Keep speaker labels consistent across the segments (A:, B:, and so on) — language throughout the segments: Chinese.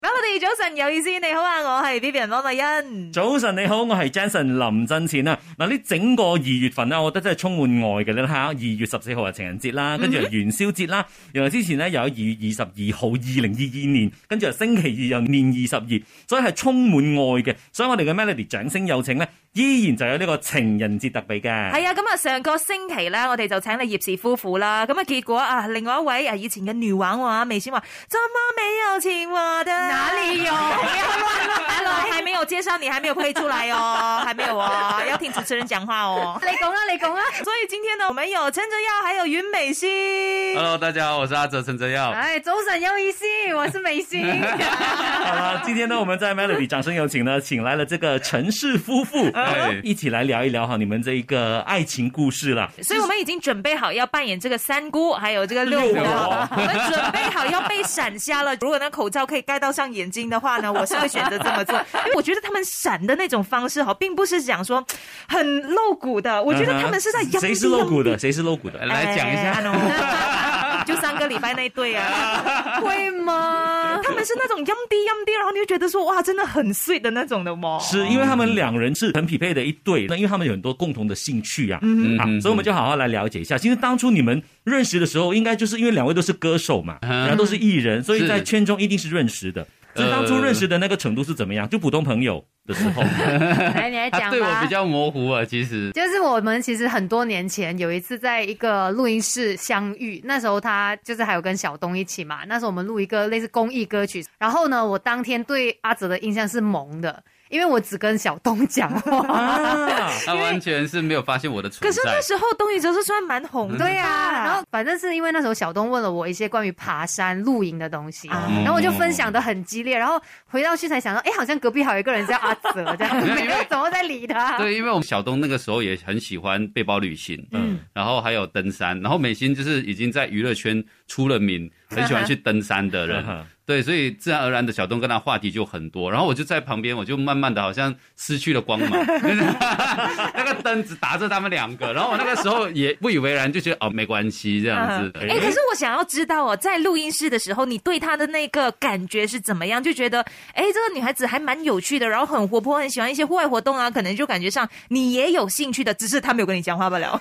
A: ，早晨有意思，你好啊，我係 B B 人汪麗欣。
B: 早晨你好，我係 Jason 林振前啊！嗱，呢整個二月份咧，我覺得真係充滿愛嘅你睇下，二月十四號係情人節
A: 嗯
B: 啦，跟住係元宵節啦，原來之前呢，又有二月二十二號二零二二年，跟住係星期二又年二十二，所以係充滿愛嘅。所以我哋嘅 Melody 掌聲有請呢，依然就有呢個情人節特備嘅。
A: 係啊，咁啊上個星期咧，我哋就請你葉氏夫婦啦。咁啊結果啊，另外一位啊以前嘅女王話美先話，怎麼沒有情話的？
C: 哪里有
A: ？Hello，還沒有介紹你，還沒有配出來哦，還沒有哦，要聽主持人講話哦。
C: 你讲啦，你讲啦。
A: 所以今天呢，我們有陳哲耀，還有云美心。
D: Hello，大家好，我是阿哲陈哲耀。
C: 哎，早晨有意思，我是美心。
B: 好啦，今天呢，我 們在 Melody 掌聲有請呢，請來了這個陳氏夫婦，
D: 哎
B: 一起來聊一聊哈你們這一個愛情故事啦。
A: 所以我們已經準備好要扮演這個三姑，還有這個六
B: 六
A: 婆，
B: 婆
A: 我們準備好要被閃瞎了。如果呢口罩可以蓋到上眼睛的話呢，我是會選擇這麼做，因為我覺得他們閃的那種方式哈，并不是講說很露骨的，我覺得他們是在
B: 嗯
A: 陰
B: 哼
A: 低
B: 谁是露骨
A: 陰
B: 的，
A: 低？
B: 谁是露骨的？
D: 来讲一
A: 哎
D: 下，
A: ，I know 就上個禮拜那一對啊，
C: 会 吗？
A: 他們是那種陰低陰低，然後你就覺得說哇，真的很 sweet 的那種的哦。
B: 是因为他们两人是很匹配的一对，那因为他们有很多共同的兴趣啊，
D: 哦嗯
B: 啊
D: 嗯，
B: 所以我们就好好来了解一下。其实当初你们认识的时候，应该就是因为两位都是歌手嘛，
D: 嗯
B: 然后都是艺人，所以
D: 是
B: 在圈中一定是认识的。所以当初
D: 呃
B: 认识的那个程度是怎么样？就普通朋友的时 候，
C: 来，你来
D: 他
C: 讲
D: 对啊我
C: 吧
D: 比。较模糊啊，其实。
C: 就是我们其实很多年前有一次在一个录音室相遇，那时候他就是还有跟小东一起嘛，那时候我们录一个类似公益歌曲，然后呢，我当天对阿哲的印象是萌的，因为我只跟小东讲话。
B: 啊，
D: 他完全是没有发现我的存
A: 可是
D: 在
A: 那，时候东宇哲是算蛮红的，
C: 对呀、啊然后反正是因为那时候小东问了我一些关于爬山、露营的东西，
D: 嗯
A: 啊
C: 然后我就分享的很激烈，然后回到去才想到，哎，好像隔壁还有一个人叫阿哲，这 样没有 怎么在理他。
D: 对，因为我们小东那个时候也很喜欢背包旅行，
B: 嗯，
D: 然后还有登山，然后美心就是已经在娱乐圈出了名，很喜欢去登山的
B: 啊嗯
D: 人，对，所以自然而然的小东跟他话题就很多，然后我就在旁边，我就慢慢的好像失去了光芒，那个灯只打着他们两个，然后我那个时候也不以为然，就觉得哦没关系这样子。
A: 哎、可是我想要知道哦，在录音室的时候，你对她的那个感觉是怎么样？就觉得，哎，这个女孩子还蛮有趣的，然后很活泼，很喜欢一些户外活动啊，可能就感觉上你也有兴趣的，只是她没有跟你讲话罢 了。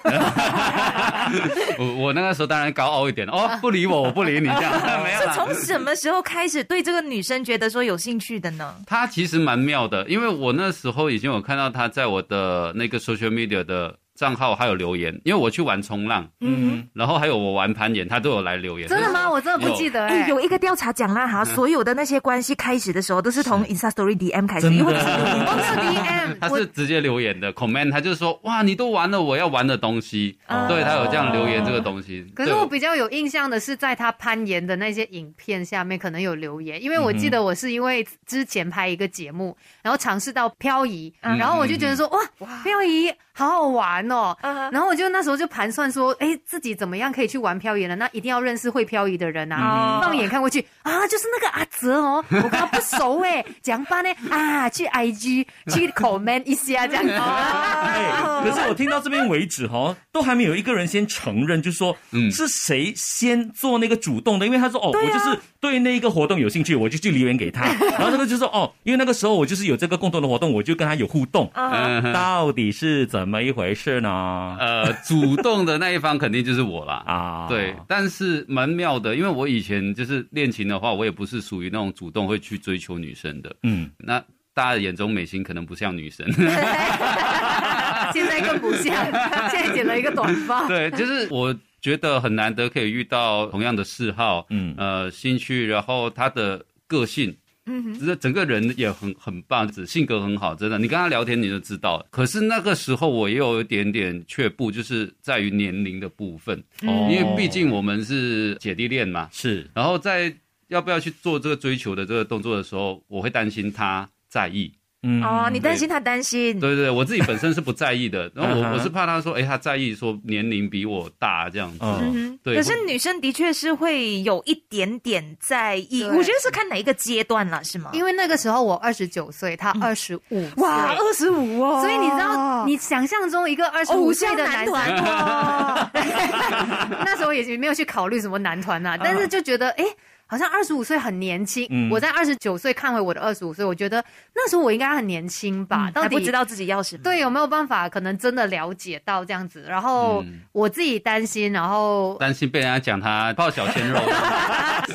D: 我我那个时候当然高傲一点
C: 啊
D: 哦，不理我，我不理你 这样， 没有
A: 是
D: 啦。
A: 从什么时候开始对这个女生觉得说有兴趣的呢？
D: 他其实蛮妙的，因为我那时候已经有看到他在我的那个 social media 的账号还有留言，因为我去玩冲浪，
A: 嗯，
D: 然后还有我玩攀岩，他都有来留 言。
C: 真的吗？我真的不记得哎、
A: 哎，有一个调查讲啦，哈，
D: 嗯
A: 所有的那些关系开始的时候都是从 Insta Story DM 开始，
B: 真的
A: 因为你是哎有
C: 我没哎有哦
D: 他
C: DM，我
D: 是直接留言的 comment，他就是说哇，你都玩了我要玩的东西，
A: 哦
D: 对他有这样留言这个东西。
C: 可是我比较有印象的是，在他攀岩的那些影片下面可能有留言，因为我记得我是因为之前拍一个节目，然后尝试到漂移，
D: 嗯
C: 然后我就觉得说哇，漂移好好玩哦。
A: 嗯
C: 然后我就那时候就盘算说，哎，自己怎么样可以去玩漂移呢？那一定要认识会漂移的人啊！
A: 嗯
C: 放眼看过去啊，就是那个阿哲哦，我跟他不熟哎，怎么办呢？啊，去 IG 去 comment 一下这样子。 哦
B: 哎，可是我听到这边为止哈，都还没有一个人先承认，就是说，
D: 嗯
B: 是谁先做那个主动的？因为他说，哦，
A: 啊
B: 我就是对那一个活动有兴趣，我就去留言给 他。然后这个就说，哦，因为那个时候我就是有这个共同的活动，我就跟他有互动。
A: 啊，
D: 嗯哼
B: 到底是怎么一回事呢？
D: 呃，主动的那一方肯定就是我 啦。
B: 啊，
D: 对，但是蛮妙的，因为我以前就是恋情的话，我也不是属于那种主动会去追求女生的。
B: 嗯，
D: 那大家眼中美心可能不像 女生，
C: 现在更不像，现在剪了一个短发。
D: 对，就是我觉得很难得可以遇到同样的嗜好，
B: 嗯
D: 呃，兴趣，然后他的个性。嗯，这整个人也很很棒，子性格很好，真的。你跟他聊天你就知道了。可是那个时候我也有一点点却步，就是在于年龄的部分，
A: 嗯
B: 哦
D: 因为毕竟我们是姐弟恋嘛，
B: 是
D: 然后在要不要去做这个追求的这个动作的时候，我会担心他在意。
B: 嗯
A: 哦，你担心她担心，
D: 对对对，我自己本身是不在 意的，然后
B: 嗯哼
D: 我我是怕他说，哎，他在意说年龄比我大这样子。
B: 嗯
A: 嗯，
D: 啊对
A: 可是女生的确是会有一点点在意，
C: 对
A: 我觉得是看哪一个阶段了，是吗？
C: 因为那个时候我二十九岁，他二十五
A: 哇，二十五哦，
C: 所以你知道，你想象中一个二十五
A: 偶
C: 岁
A: 像
C: 的
A: 男
C: 男生，
A: 团哦，
C: 啊那时候也没有去考虑什么男团呐、但是就觉得哎。诶好像二十五岁很年轻。
B: 嗯
C: 我在二十九岁看回我的二十五岁，我觉得那时候我应该很年轻吧，到
A: 还
C: 底
A: 不知道自己要什么。
C: 嗯对有没有办法，可能真的了解到这样子。然后
D: 嗯
C: 我自己担心，然后
D: 担心被人家讲他泡小 鲜肉，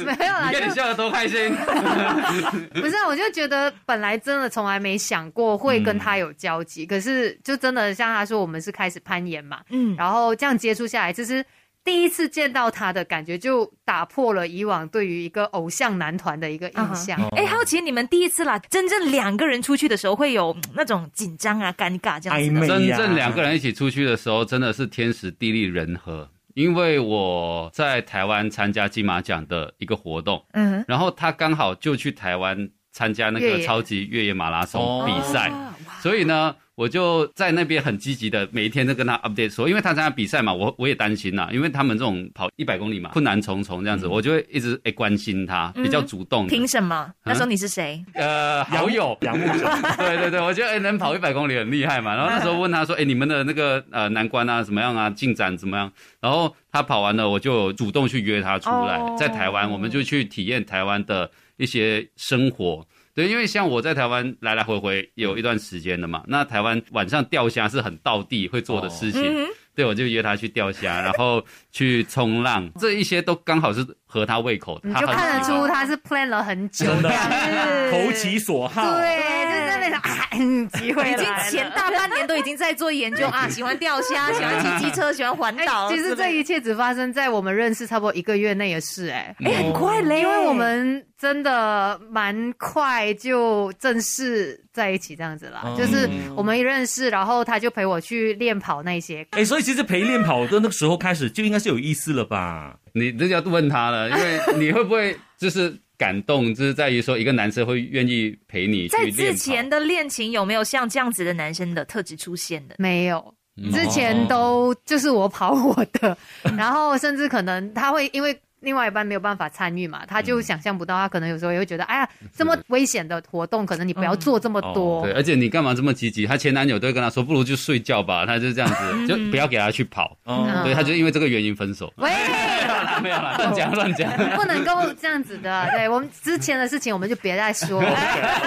C: 没有啦，
D: 你
C: 就
D: 看你笑得多开心。
C: 不是啊，我就觉得本来真的从来没想过会跟他有交
B: 嗯
C: 集，可是就真的像他说，我们是开始攀岩嘛，
A: 嗯，
C: 然后这样接触下来，就是第一次见到他的感觉，就打破了以往对于一个偶像男团的一个印象。
B: 嗯
A: 哎，好奇你们第一次啦，真正两个人出去的时候会有嗯那种紧张啊、尴尬这样子
B: 暧昧
A: 的。
B: 啊
D: 真
B: 呀
D: 正两个人一起出去的时候，真的是天时地利人和。因为我在台湾参加金马奖的一个活动，
A: 嗯，
D: 然后他刚好就去台湾参加那
C: 越
D: 个
C: 野
D: 超级越野马拉
B: 哦
D: 松比赛，
A: 啊哇
D: 所以呢，我就在那边很积极的，每一天都跟他 update 说，因为他参加比赛嘛，我我也担心呐、因为他们这种跑一百公里嘛，困难重重这样子，我就会一直诶、关心他，比较主动的。
A: 凭什
D: 啊
A: 么？那时候你是谁？
D: 呃，好
B: 仰
D: 友
B: 友，仰慕者，
D: 对对对，我觉得哎、能跑一百公里很厉害 嘛。然后那时候问他说，哎、你们的那个呃难关啊怎么样啊，进展怎么样？然后他跑完了，我就主动去约他出来，
A: 哦
D: 在台湾我们就去体验台湾的一些生活。对，因为像我在台湾来来回回有一段时间的
C: 嗯
D: 嘛，那台湾晚上钓虾是很道地会做的事
C: 哦
D: 情，
A: 嗯
D: 对我就约他去钓虾，然后去冲浪，这一些都刚好是合他胃口，
C: 你
D: 他
C: 就
D: 很
C: 看得
D: 喜欢
C: 出他是 plan 了很
B: 嗯
C: 久
B: 真的
C: 这样 子
B: 投其所好。
C: 对，就在那边啊，嗯机会
A: 已经
C: 来了
A: 前大半年都已经在做研究啊，喜欢钓虾，喜欢骑机车，喜欢环岛。
C: 哎其实
A: 是不是
C: 这一切只发生在我们认识差不多一个月内的事、哎。
A: 哎
D: 嗯
A: 很快嘞，
C: 因为我们真的蛮快就正式在一起这样子啦，
D: 嗯
B: 哦
C: 就是我们一认识，然后他就陪我去练跑那些。
B: 哎，所以其实陪练跑的那个时候开始就应该是有意思了吧？
D: 你这就要问他了，因为你会不会就是感动，就是在于说一个男生会愿意陪你去
A: 在
D: 练跑
A: 之前的恋情有没有像这样子的男生的特质出现 的？
C: 没有，
D: 嗯
C: 之前都就是我跑我 的，然后甚至可能他会因为。另外一半没有办法参与嘛，他就想象不到，他可能有时候也会觉得，哎呀，这么危险的活动，可能你不要做这么多。
D: 嗯哦对，而且你干嘛这么积极？她前男友都会跟她说，不如就睡觉吧，她就这样
A: 嗯
D: 子，就不要给她去跑。
B: 哦，
C: 嗯
D: 对，她就因为这个原因分手。
C: 喂，
A: 嗯
D: 没有啦， 乱讲乱 讲。
C: 不能够这样子的。对我们之前的事情，我们就别再说， 我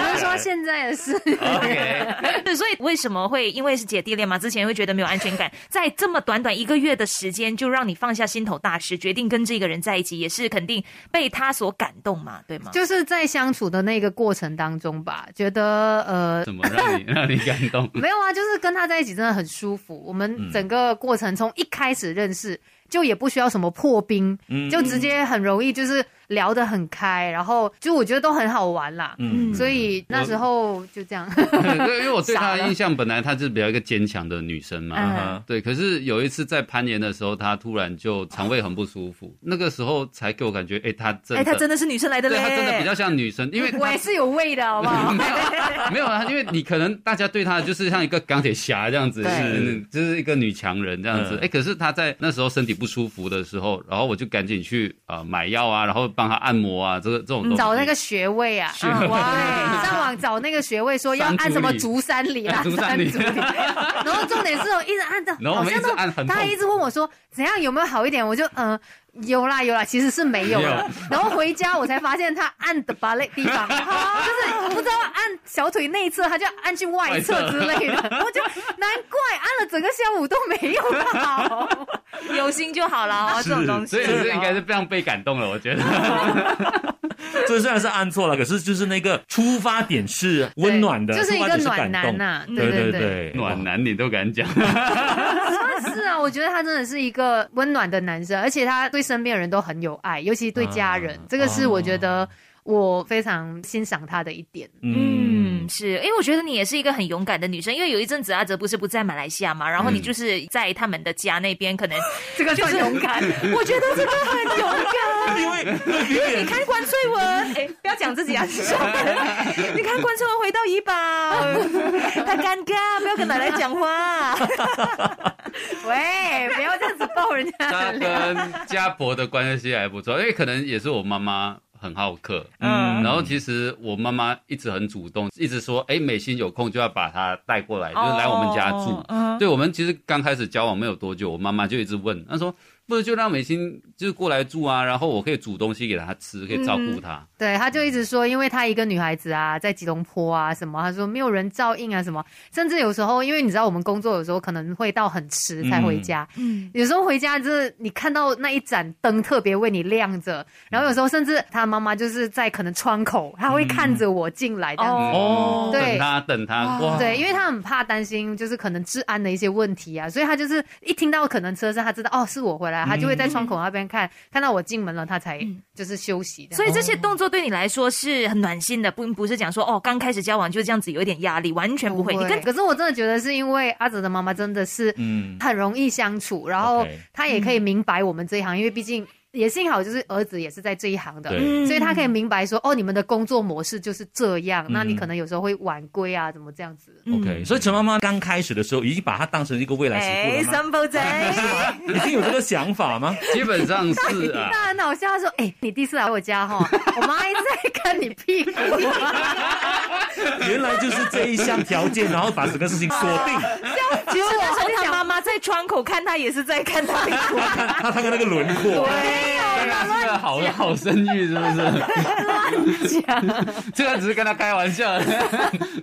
C: 们说现在的事。
D: OK，
A: 对，所以为什么会因为是姐弟恋嘛，之前会觉得没有安全感， 在这么短短一个月的时间就让你放下心头大石，决定跟这个人在一起，也是肯定被他所感动嘛，对吗？
C: 就是在相处的那个过程当中吧，觉得
B: 嗯
C: 呃。
D: 怎么让你让你感动？
C: 没有啊，就是跟他在一起真的很舒服。我
B: 嗯
C: 们整个过程从一开始认识，就也不需要什么破冰，
B: 嗯
C: 就直接很容易，就是聊得很开，然后就我觉得都很好玩啦。
B: 嗯
C: 所以那时候就这样，
D: 对，因为我对她
C: 傻
D: 的
C: 了
D: 印象本来她是比较一个坚强的女生
B: 啊
D: 嘛，
A: 嗯
D: 对，可是有一次在攀岩的时候，她突然就肠胃很不舒服，那个时候才给我感觉，哎、她真
A: 哎、
D: 的，
A: 他真的是女生来的
D: 对
A: 嘞，
D: 她真的比较像女生，因为
C: 我
D: 她
C: 也是有味 的，好不好？
D: 没有啊，因为你可能大家对她就是像一个钢铁侠这样子，
C: 对
D: 是就是一个女强人这样子，
B: 嗯
D: 哎、可是她在那时候身体不舒服的时候，然后我就赶紧去啊、呃买药啊，然后帮她按摩啊，这个这种东 西，
C: 嗯找那
B: 哦
C: 个穴位啊，
D: 穴 位
C: 嗯 哇！上网找那个穴位，说要按什么足三里啦，
D: 三足里
C: 足里。 然后重点是我一直按到，
D: 然后我
C: 好
D: 们一
C: 像
D: 直
C: 都
D: 按很
C: 他
D: 痛
C: 还一直问我说怎样有没有好一点，我就嗯、呃有啦有啦，其实是没有
D: 没
C: 了。 然后回家我才发现他按的把那地 方，哦就是不知道按小腿内侧，他就按去外侧之类的。我就难怪按了整个下午都没有好，
A: 有心就好了哦，这种东西。
D: 所以这应该是非常被感动了，我觉得。
B: 这虽然是按错了，可是就是那个出发点是温暖的，
C: 对就是一
B: 出发
C: 个
B: 点
C: 暖
B: 感
C: 男
B: 动。
C: 呐、对
B: 对
C: 对对。
B: 对，哦
D: 暖男你都敢讲，
C: 是啊，我觉得他真的是一个温暖的男生，而且他对身边的人都很有爱，尤其对家人，
B: 啊
C: 这个是我觉得我非常欣赏他的一点。
A: 嗯，是，因为我觉得你也是一个很勇敢的女生，因为有一阵子阿哲不是不在马来西亚嘛，然
D: 嗯
A: 后你就是在他们的家那边， 可能
C: 这个算勇敢，
A: 我觉得这个很勇敢，
B: 因为
A: 因为你看关翠文，哎，不要讲自己啊，是 说你看关翠文回到怡宝，他尴尬，不要跟奶奶讲话。
C: 喂，不要这样子爆人 家
D: 他
C: 的料。
D: 跟家婆的关系还不错，因为可能也是我妈妈很好客，
B: 嗯
D: 然后其实我妈妈一直很主动，一直说，哎，美心有空就要把她带 过来，就是来我们家住。
A: 哦嗯
D: 对我们其实刚开始交往没有多久，我妈妈就一直问，她说：“不如就让美心就是过来住啊，然后我可以煮东西给她吃，可以照顾她。
C: 对，他就
A: 嗯
C: 一直说，因为他一个女孩子啊，在吉隆坡啊什么，他说没有人照应啊什么，甚至有时候，因为你知道我们工作有时候可能会到很迟才回家，
A: 嗯，
C: 有时候回家就是你看到那一盏灯特别为你亮着，然后有时候甚至他妈妈就是在可能窗口，他会看着我进来这样子。
A: 嗯哦
B: 哦，
C: 对
D: 等她等
A: 哇
D: 她，哇，
C: 对，因为他很怕担心，就是可能治安的一些问题啊，所以他就是一听到可能车声，他知道哦是我回来，他就
A: 嗯
C: 会在窗口那边看，看到我进门了，他才就是休息这样。
A: 所以这些动作对你来说是很暖心的，不不是讲说哦，刚开始交往就这样子有一点压力，完全不会。你跟
C: 可是我真的觉得是因为阿哲的妈妈真的是
B: 嗯，
C: 很容易相处，然后
B: OK
C: 她也可以明白我们这一行，因为毕竟也幸好就是儿子也是在这一行的，
B: 对
A: 嗯
C: 所以他可以明白说哦，你们的工作模式就是这样，那你可能有时候会晚归啊，怎么这样子。
A: 嗯
B: OK，所以陈妈妈刚开始的时候已经把她当成一个未来媳
A: 哎，
B: 妇了吗？
A: 三胞 仔，
B: 已经有这个想法吗？
D: 基本上是 啊。
C: 那很好笑，他说：“哎、你第一次来我家哈，我妈一直在看你屁股。啊
B: 原来就是这一项条件，然后把整个事情锁定。
A: 其实那时候他妈妈在窗口看他，也是在看他。
B: 他他的那个轮廓，
A: 哎
D: 大
A: 啊
D: 家是个好好生育是不是？这个只是跟他开玩笑，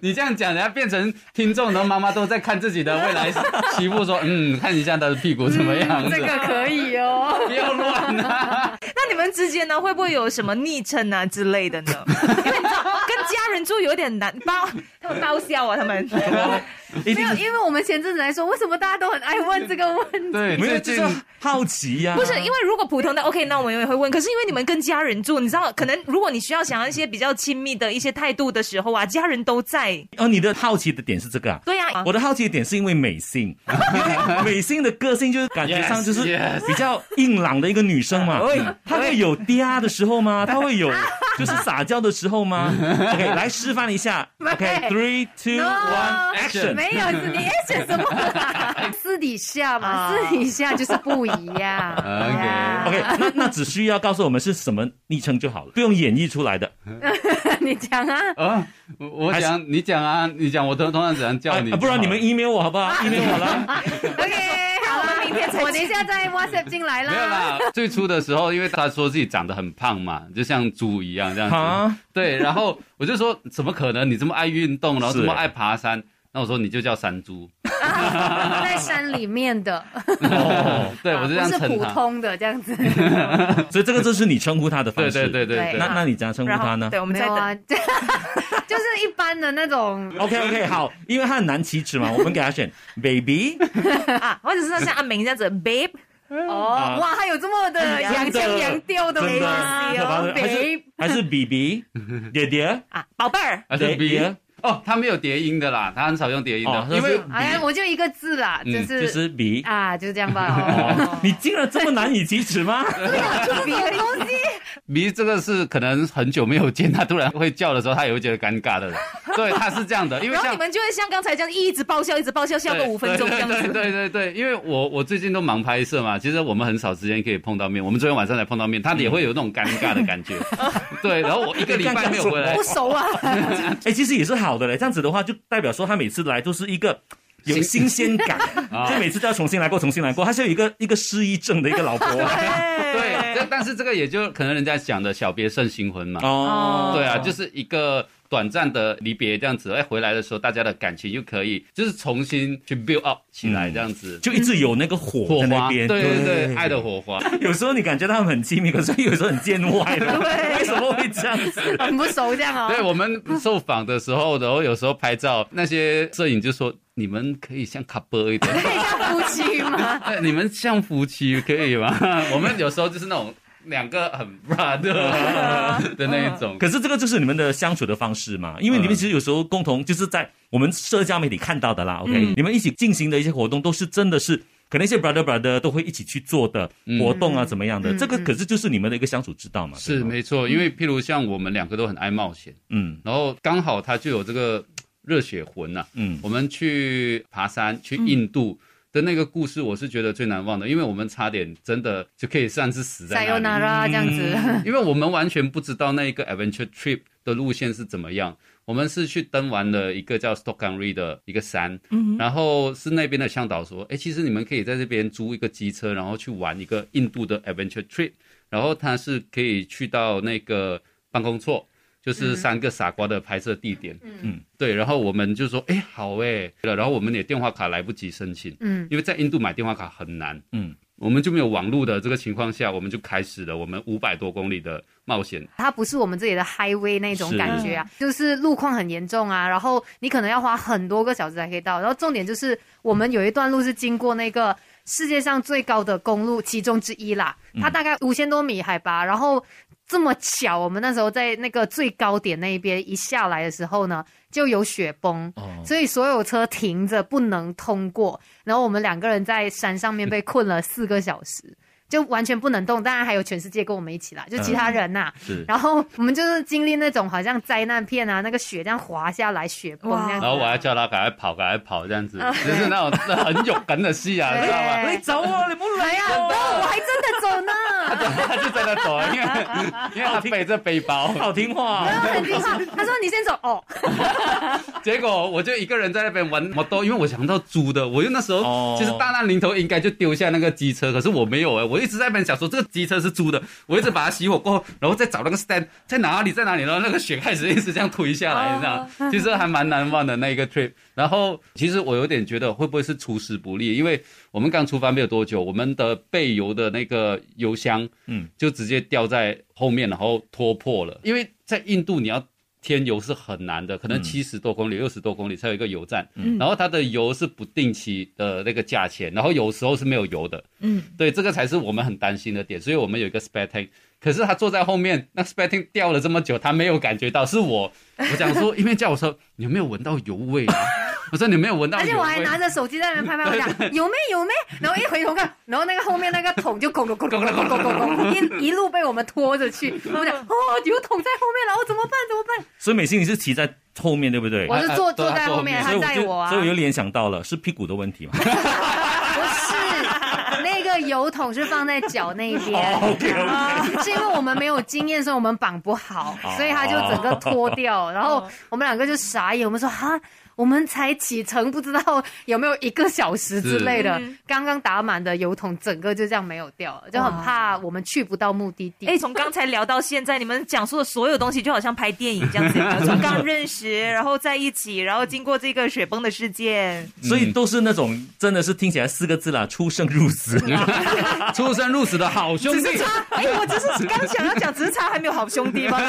D: 你这样讲，人家变成听众，然后妈妈都在看自己的未来媳妇说，嗯，看一下她的屁股怎么样子，
C: 嗯这个可以哦。
D: 不要乱啊。
A: 那你们之间呢，会不会有什么昵称啊之类的 呢？因为你知道，跟家人住有点难，包他们包笑啊，他们。
B: 哦一
C: 没
B: 定
C: 有，因为我们前阵子来说，为什么大家都很爱问这个问题？
D: 对，
B: 没有
D: 最
B: 就
D: 近
B: 是好奇呀、
A: 不是，因为如果普通的 OK，那我们也会问。可是因为你们跟家人住，你知道，可能如果你需要想要一些比较亲密的一些态度的时候啊，家人都在。
B: 哦，你的好奇的点是这个啊。
A: 对呀、啊，
B: 我的好奇的点是因为美信，因为美信的个性就是感觉上就是
D: Yes, yes.
B: 比较硬朗的一个女生嘛
A: 喂，
B: 她会有嗲的时候吗？她会有 就是撒娇的时候吗？OK，来示范一下。
C: 喂
B: OK，three
C: 哦
B: two one action。
C: 没有，是你 action 什么啦？私底下嘛，
A: 啊
C: 私底下就是不一样。哎
D: OK
C: 呀
B: OK，那那只需要告诉我们是什么昵称就好了，不用演绎出来的。
C: 你讲啊，
D: 啊，我我
B: 还是
D: 讲你讲啊，你讲，我通通常怎样叫
B: 哎
D: 你、
B: 不然你们 email 我好不好？email 我啦。
C: OK，好了，明天我等一下再 WhatsApp 进来
D: 没有
C: 啦。
D: 啦，最初的时候，因为他说自己长得很胖嘛，就像猪一样这样
B: 啊
D: 子。对，然后我就说，怎么可能？你这么爱运动，然后
B: 是
D: 这么爱爬山？那我说你就叫山猪。
C: 在山里面的，
B: 哦，
D: 对，我就这
A: 啊
D: 样
C: 不是
D: 称
C: 普
D: 他。
C: 通的这样子。
B: 所以这个就是你称呼他的方
D: 对
B: 式。
D: 对对对
C: 对
D: 对。啊
B: 那那你怎样称呼
A: 然
B: 他
A: 后
B: 呢
A: 对，我们
C: 没
A: 在
C: 有
A: 等。
C: 啊， 就是一般的那种。
B: ？OK OK，好，因为他很难启齿嘛，我们给他选 baby，
A: 啊，或者是像阿明这样子，babe，
C: 哦，哇，还有这么的洋腔洋调的
B: 真的
C: 东西哦
B: 可怕的，还是
C: 北
B: 还是 BB 爹爹
A: 啊，宝贝儿，
D: 而且
B: 对
D: 鼻
B: 也
D: 哦，他没有叠音的啦，他很少用叠音的，
B: 哦
D: 因为
B: 就是
C: 哎呀，我就一个字啦，
D: 嗯
C: 就
B: 就是是 B。
C: 啊，就是这样吧。
B: 哦
C: 哦，
B: 你竟然这么难以启齿吗？
C: 就是别的东西，
D: 鼻这个是可能很久没有见，他突然会叫的时候，他也会觉得尴尬的人。对，他是这样的，因为
A: 然后
D: 像
A: 你们就会像刚才这样一直爆笑，一直爆笑，笑个
D: 对
A: 五分钟这样
D: 对对
A: 子。
D: 对对对，因为我我最近都忙拍摄嘛，其实我们很少时间可以碰到面，我们昨天晚上才碰到面，他也会有那种尴尬的 感觉。对，然后我一个礼拜没有回来
C: 不，熟啊。
B: 哎，其实也是好的嘞，这样子的话就代表说他每次来都是一个。有新
D: 新
B: 鲜感，
D: 啊
B: 所以每次都要重新来过，重新来过。他是有一个一个失忆症的一个老婆啊
D: 对，这但是这个也就可能人家讲的小别胜新婚嘛，
B: 哦，
D: 对啊，就是一个短暂的离别这样子，哎，回来的时候大家的感情又可以就是重新去 build up 起来这样子，
B: 嗯就一直有那个火
D: 火
B: 在那
D: 花，
B: 边，
D: 对对对，爱的火花。
B: 有时候你感觉到他们很亲密，可是有时候很见外的，为什么会这样子？
C: 很不熟这样哦。
D: 对我们受访的时候，然后有时候拍照，那些摄影就说你们可以像 couple 一点，
C: 可以像夫妻吗？
D: 哎你们像夫妻可以吗？ 我们有时候就是那种两个很 brother 的那一种。
B: 可是这个就是你们的相处的方式嘛，因为你
D: 嗯
B: 们其实有时候共同就是在我们社交媒体看到的啦，OK，、你
D: 嗯
B: 们一起进行的一些活动都是真的是。可能一些 brother brother 都会一起去做的活动啊，怎么样的？这个可是就是你们的一个相处之道嘛。
D: 嗯是
B: 对吗
D: 没错，因为譬如像我们两个都很爱冒险，
B: 嗯
D: 然后刚好他就有这个热血魂呐、
B: 嗯
D: 我们去爬山，去印度。的那个故事，我是觉得最难忘的，因为我们差点真的就可以算是死在
C: 塞尤纳
D: 那里，
C: 拉这样子，
D: 因为我们完全不知道那一个 adventure trip 的路线是怎么样。我们是去登完了一个叫 Stocktonry 的一个山，
A: 嗯哼，
D: 然后是那边的向导说，哎，其实你们可以在这边租一个机车，然后去玩一个印度的 adventure trip，然后它是可以去到那个办公错，就是三个傻瓜的拍摄地点。
C: 嗯
D: 对，然后我们就说，哎，好哎，然后我们也电话卡来不及申请，
C: 嗯
D: 因为在印度买电话卡很难，
B: 嗯，
D: 我们就没有网络的这个情况下，我们就开始了我们五百多公里的冒险。
C: 它不是我们这里的 highway 那种感觉啊，就是路况很严重啊，然后你可能要花很多个小时才可以到。然后重点就是我们有一段路是经过那个世界上最高的公路其中之一啦，它大概五千多米海拔，然后。这么巧，我们那时候在那个最高点那一边一下来的时候呢，就有雪崩，
B: 哦，
C: 所以所有车停着不能通过，然后我们两个人在山上面被困了四个小时，就完全不能动。当然还有全世界跟我们一起啦，就其他人呐、
D: 是，
C: 然后我们就是经历那种好像灾难片啊，那个雪这样滑下来，雪崩那样
D: 然后我
C: 子。
D: 还叫他赶快跑，赶快跑这样子，就是那种那很有梗的戏啊，
C: 啊对
D: 知道吗？
B: 你走啊，你唔好
C: 哎
B: 嚟
C: 呀，
B: 啊！
C: 我还真的走呢，
D: 他就在那走了，因为因为他背着背包，
B: 好听话
C: 然
B: 啊，
C: 后很听话。他说你先走哦，
D: 结果我就一个人在那边玩摩托，因为我想到租的，我就那时
B: 哦
D: 候其实大难临头应该就丢下那个机车，可是我没有哎、我一直在那边想说这个机车是租的，我一直把它熄火过后，然后再找那个 stand 在哪里在哪里，然后那个雪开始一直这样推下来，你知道
B: 哦
D: 吗，其实还蛮难忘的那一个 trip。然后其实我有点觉得会不会是出师不利，因为我们刚出发没有多久，我们的备油的那个油箱，
B: 嗯
D: 嗯，就直接掉在后面，然后脱破了。因为在印度你要添油是很难的，可能
B: 嗯
D: 七十多公里、六十多公里才有一个油站，
A: 嗯
D: 然后它的油是不定期的那个价钱，然后有时候是没有油的，
A: 嗯，
D: 对，这个才是我们很担心的点，所以我们有一个 spare tank。可是他坐在后面，那 spare tank 掉了这么久，他没有感觉到，是我，我想说，一面叫我说你有没有闻到油味啊？我说你有没有闻到油
C: 而
D: 味，
C: 且我还拿着手机在那边拍拍，我讲有没有没，然后一回头看，然后那个后面那个桶就拱拱拱拱拱拱拱拱，一一路被我们拖着去。我讲哦，油桶在后面，然后怎么办？怎么办？
B: 所以美心你是骑在后面对不对？
C: 我是坐
D: 啊对
C: 坐
D: 啊
C: 在后面，
D: 坐
B: 所以
C: 他
B: 我
C: 载
B: 就
C: 我啊
B: 所以。我就联想到了是屁股的问 题嘛。
C: 不是，那个油桶是放在脚那
B: 哦
C: 边。
D: 嗯
C: 是因为我们没有经验，所以我们绑不好，所以他就整个脱掉。然后我们两个就傻眼，我们说哈，我们才启程，不知道有没有一个小时之类的
A: 是嗯，
C: 刚刚打满的油桶整个就这样没有掉了，就很怕我们去不到目的地。
A: 哎，从刚才聊到现在，你们讲述的所有东西就好像拍电影这样子，从刚认识，然后在一起，然后经过这个雪崩的事件，
B: 所以都是那种真的是听起来四个字啦，出生入死。
D: 嗯出生入死的好兄弟。
A: 哎，我只是刚想要讲，只是差还没有好兄弟吗？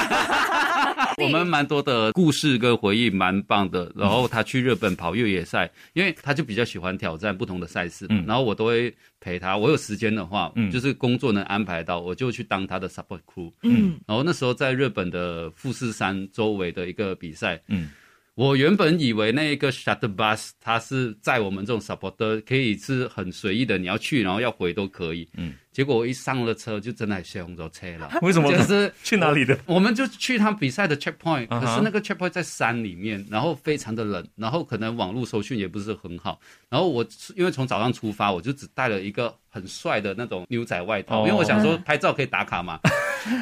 D: 我们蛮多的故事跟回忆，蛮棒的。然后他去日本跑越野赛，因为他就比较喜欢挑战不同的赛事，
B: 嗯
D: 然后我都会陪他。我有时间的话，
B: 嗯
D: 就是工作能安排到，我就去当他的 support crew。
A: 嗯，
D: 然后那时候在日本的富士山周围的一个比赛，
B: 嗯，
D: 我原本以为那个 shuttle bus 它是载我们这种 supporter 可以是很随意的，你要去然后要回都可以，
B: 嗯，
D: 结果我一上了车就真的是红着车 了，
B: 为什么呢
D: 就是
B: 去哪里的？
D: 我们就去他比赛的 checkpoint，
B: 啊哈
D: 可是那个 checkpoint 在山里面，然后非常的冷，然后可能网络搜讯也不是很好。然后我因为从早上出发，我就只带了一个很帅的那种牛仔外套，
B: 哦
D: 因为我想说拍照可以打卡嘛。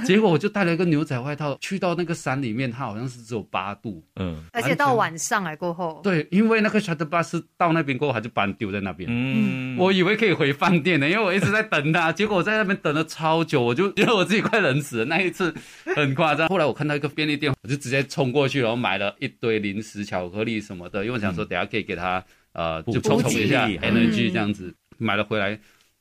D: 结果我就带了一个牛仔外套，去到那个山里面，它好像是只有八度。
B: 嗯
C: 而且到晚上来过后，
D: 对，因为那个 shuttle bus 到那边过后，它就把你丢在那边。
B: 嗯，
D: 我以为可以回饭店的，因为我一直在等他，结果我在那边等了超久，我就觉 得我自己快冷死了。那一次很夸张。后来我看到一个便利店，我就直接冲过去，然后买了一堆零食、巧克力什么的，因为我想说等下可以给他呃
B: 补
D: 就补嗯充一下
B: 充力
D: energy 这样子。买了回来，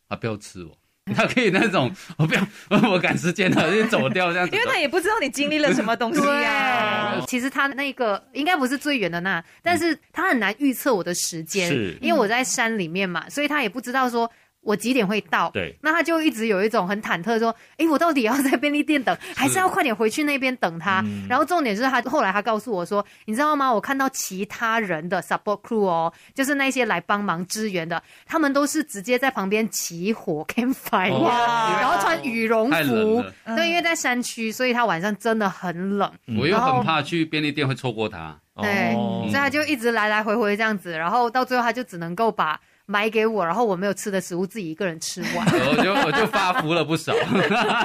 D: 他不要吃我，他可以那种 我不要，我赶时间了，就走掉这样子
A: 因为。他也不知道你经历了什么东西啊呀。
C: 对，其实他那个应该不是最远的那，但是他很难预测我的时间
B: 是，
C: 因为我在山里面嘛，所以他也不知道说。我几点会到？
B: 对，
C: 那他就一直有一种很忐忑，说：“诶，我到底要在便利店等，还是要快点回去那边等他？”然后重点是他后来他告诉我说：“你知道吗？我看到其他人的 support crew 哦，就是那些来帮忙支援的，他们都是直接在旁边起火 campfire，、
D: 哦
C: 然后穿羽绒
D: 太冷
C: 服
D: 了，
C: 对，因为在山区，所以他晚上真的很冷。
D: 我又很怕去便利店会错过他。
C: 对，
B: 哦
C: 所以他就一直来来回回这样子，然后到最后他就只能够把买给我，然后我没有吃的食物自己一个人吃 完，
D: 我就我就发福了不少。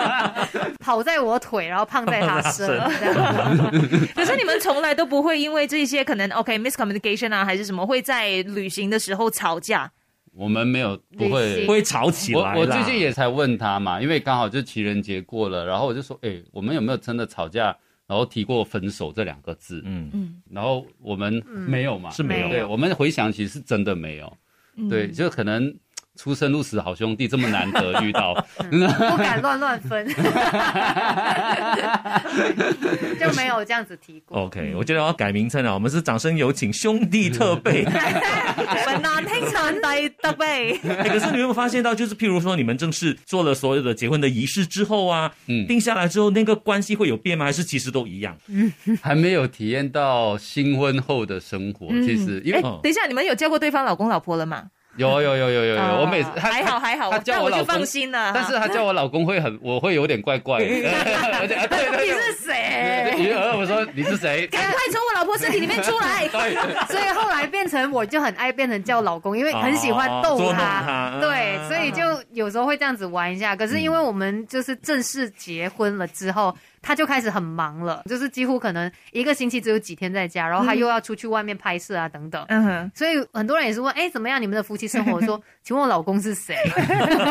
C: 跑在我腿，然后胖在他身，这样
A: 可是你们从来都不会因为这些可能 OK miscommunication 啊，还是什么，会在旅行的时候吵架。
D: 我们没有不
C: 旅行
D: 会。
B: 会吵起
D: 我
B: 来
D: 我
B: 啦
D: 最近也才问他嘛，因为刚好就情人节过了，然后我就说，哎、我们有没有真的吵架，然后提过分手这两个字？
B: 嗯
A: 嗯，
D: 然后我们没有嘛，
B: 是没有
C: 没
D: 对，我们回想起是真的没有，
A: 嗯
D: 对， 就可能出生入死好兄弟这么难得遇到，
C: 不敢乱乱分，就没有这样子提过。
B: OK，我觉得我要改名称了，我们是掌声有请兄弟特 备。
A: 嗯文难听成弟得呗。
B: 哎可是你有没有发现到，就是譬如说，你们正式做了所有的结婚的仪式之后啊，
D: 嗯
B: 定下来之后，那个关系会有变吗？还是其实都一样？
D: 还没有体验到新婚后的生活。 其实因
A: 哎
D: 为，哦
B: 嗯
A: 等一下，你们有叫过对方老公老婆了吗？啊
D: 有有有有有有，我每次他
A: 还好还好
D: 他，
A: 那
D: 叫
A: 我
D: 我
A: 就
D: 老
A: 放
D: 公，
A: 心啊了。
D: 但是 他叫我老公会很，我会有点怪怪 的。而且啊对对
A: 你
D: 对
A: 是谁？
D: 对，呃我说你是谁？
A: 赶快从我老婆身体里面出来！
D: 对，
C: 所以后来变成我就很爱变成叫老公，因为很喜欢
B: 哦
C: 逗
B: 捉弄
C: 他。
B: 他
C: 对，所以就有时候会这样子玩一下。可是因为我们就是正式结婚了之后，他就开始很忙了，就是几乎可能一个星期只有几天在家，然后他又要出去外面拍摄啊等等。
A: 嗯哼，
C: 所以很多人也是问，哎，怎么样你们的夫妻生活？我 说，请问我老公是谁？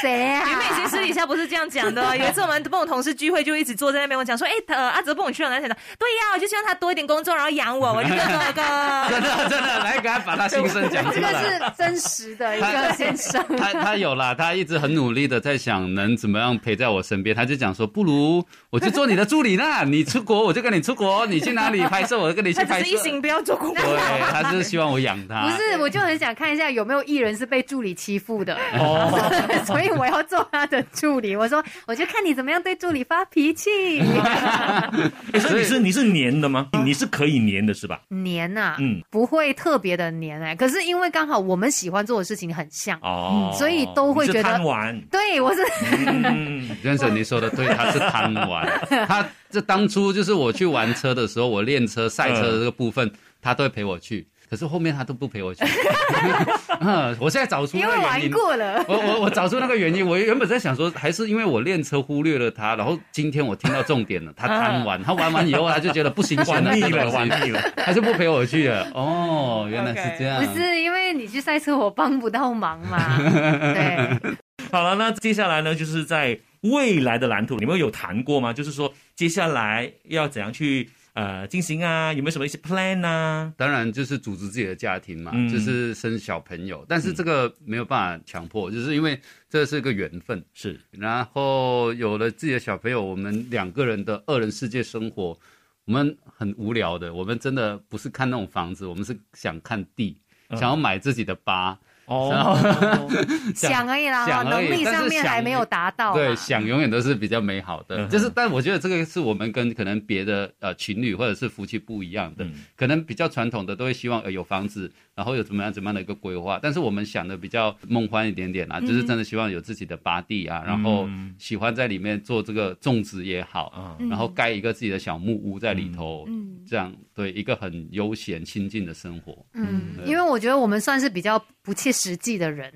C: 谁啊？
A: 你们以前私底下不是这样讲的哦。有一次我们跟我同事聚会，就一直坐在那边，我讲说，哎，呃阿泽帮我去了哪里？他讲对呀，我就希望他多一点工作，然后养我，我就那个。
D: 真的真的，来给他把他心声讲出
C: 这个
D: 来。
C: 是真实的一个先生。
D: 他他有啦，他一直很努力的在想能怎么样陪在我身边。他就讲说，不如我就做你的助理啦，你出国我就跟你出国，你去哪里拍摄我就跟你去
A: 他只
D: 拍
A: 是一
D: 摄。
A: 心不要做工。
D: 对，他是希望我养他。
C: 不 是，我就很想看一下有没有艺人是被助理欺负 的，
B: 哦，
C: 所以我要做他的助理。我说，我就看你怎么样对助理发脾气。
B: 哎所以你是你是粘的
C: 哦
B: 吗？你是可以粘的是吧？
C: 黏呐、
B: 嗯
C: 不会特别的黏哎、可是因为刚好我们喜欢做的事情很像，
B: 哦，
C: 嗯所以都会
B: 你是
C: 觉得
B: 贪玩。
C: 对我是
B: 嗯，
D: 认识你说的对，他是贪玩。他这当初就是我去玩车的时候，我练车、赛车的这个部分，他都会陪我去。可是后面他都不陪我去。 嗯，我现在找出
C: 因
D: 那
C: 为
D: 个原
C: 玩
D: 因。
C: 过了。
D: 我我我找出那个原因，我原本在想说，还是因为我练车忽略了他，然后今天我听到重点了，他贪玩，他玩完以后他就觉得不新鲜
B: 嗯玩
D: 了，
B: 腻
D: 这个
B: 了，
D: 东西
B: 玩腻了。
D: 他就不陪我去了。哦，原来是这样。
C: 不是因为你去赛车，我帮不到忙 嘛。对，
B: 好了，那接下来呢，就是在未来的蓝图，你们有谈过吗？就是说接下来要怎样去呃进行啊？有没有什么一些 plan 啊？
D: 当然就是组织自己的家庭嘛，
B: 嗯
D: 就是生小朋友，但是
B: 嗯
D: 这个没有办法强迫，就是因为这是个缘分。
B: 是
D: 然后有了自己的小朋友，我们两个人的二人世界生活，我们很无聊的，我们真的不是看那种房子，我们是想看地，
B: 嗯
D: 想要买自己的吧，然
B: 哦
D: 后，
C: 想而已啦，
D: 想
C: 能
D: 而已
C: 力
D: 但是
C: 上面
D: 想
C: 还没有达到嘛。啊嗯
D: 对，想永远都是比较美好
B: 嗯
D: 的。
B: 哼
D: 就是，但我觉得这个是我们跟可能别的呃情侣或者是夫妻不一样的，
B: 嗯
D: 可能比较传统的都会希望呃有房子，然后有怎么样怎么样的一个规划，但是我们想的比较梦幻一点点啊，就是真的希望有自己的巴地啊，然后
B: 嗯
D: 喜欢在里面做这个种植也好，
B: 啊，
A: 嗯
D: 然后盖一个自己的小木屋在里头，
A: 嗯
D: 这样对一个很悠闲清静的生活。
C: 嗯，
D: 对
C: 因为我觉得我们算是比较不切实际的 人，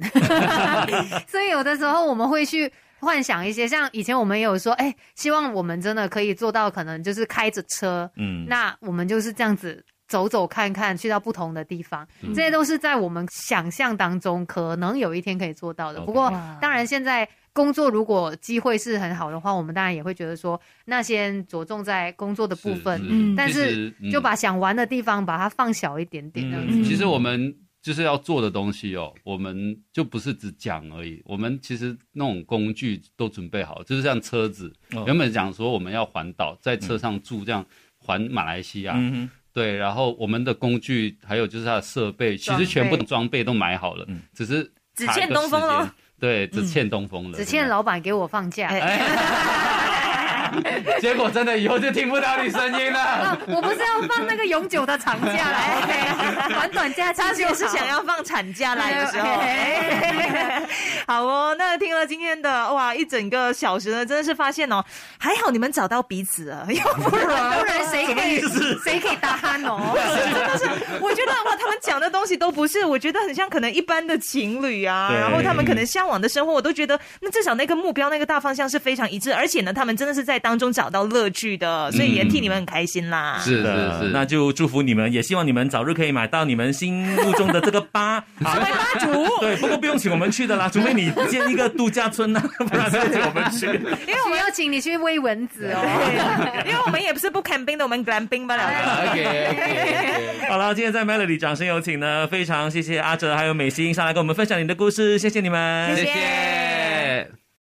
C: 所以有的时候我们会去幻想一些，像以前我们也有说，哎，希望我们真的可以做到，可能就是开着车，
B: 嗯，
C: 那我们就是这样子走走看看，去到不同的地方，
A: 嗯
C: 这些都是在我们想象当中可能有一天可以做到的。
D: OK
C: 不过当然现在。工作如果机会是很好的话，我们当然也会觉得说，那先着重在工作的部分，
A: 嗯
C: 但
D: 其
C: 是
D: 实嗯
C: 就把想玩的地方把它放小一点点。这样子
A: 嗯
D: 其实我们就是要做的东西哦，我们就不是只讲而已，我们其实那种工具都准备好，就是像车子，
B: 哦
D: 原本讲说我们要环岛，在车上住这样。环马来西亚，
B: 嗯
D: 对，然后我们的工具还有就是它的设备，其
C: 装备
D: 实全部装备都买好了，
B: 嗯
D: 只是
A: 只
D: 差一
A: 欠
D: 个
A: 东风
D: 时间
A: 咯，
D: 对，只
A: 嗯
D: 欠东风了，
C: 只欠老板给我放假。
A: 哎
D: 真 的。结果真的以后就听不到你声音 了。
C: 啊，我不是要放那个永久的长假来，OK，短短假期
A: 他
C: 就
A: 就
C: 好
A: 是想要放产假来的时候。哎好哦，那听了今天的哇，一整个小时呢，真的是发现哦，还好你们找到彼此了，要不然
C: 不然谁可以谁可以打鼾哦？
A: 真的是，我觉得哇，他们讲的东西都不是，我觉得很像可能一般的情侣啊，
B: 对
A: 然后他们可能向往的生活，我都觉得那至少那个目标、那个大方向是非常一致，而且呢，他们真的是在当中找到乐趣的，所以也替你们很开心啦。
D: 是是
B: 的
D: 是，
B: 那就祝福你们，也希望你们早日可以买到你们心目中的这个吧。
A: 成为吧主，
B: 对，不过不用请我们去的啦，除非你建一个度假村呐、不 然再请我们 去。
C: 因为我们要请你去喂蚊子哦。
A: 对，因为我们也不是不 camping 的，我们 glamping 罢了。
D: OK OK，
B: 好了，今天在 Melody 掌声有请呢，非常谢谢阿哲还有美心上来跟我们分享你的故事，谢谢你们，
A: 谢
D: 谢谢。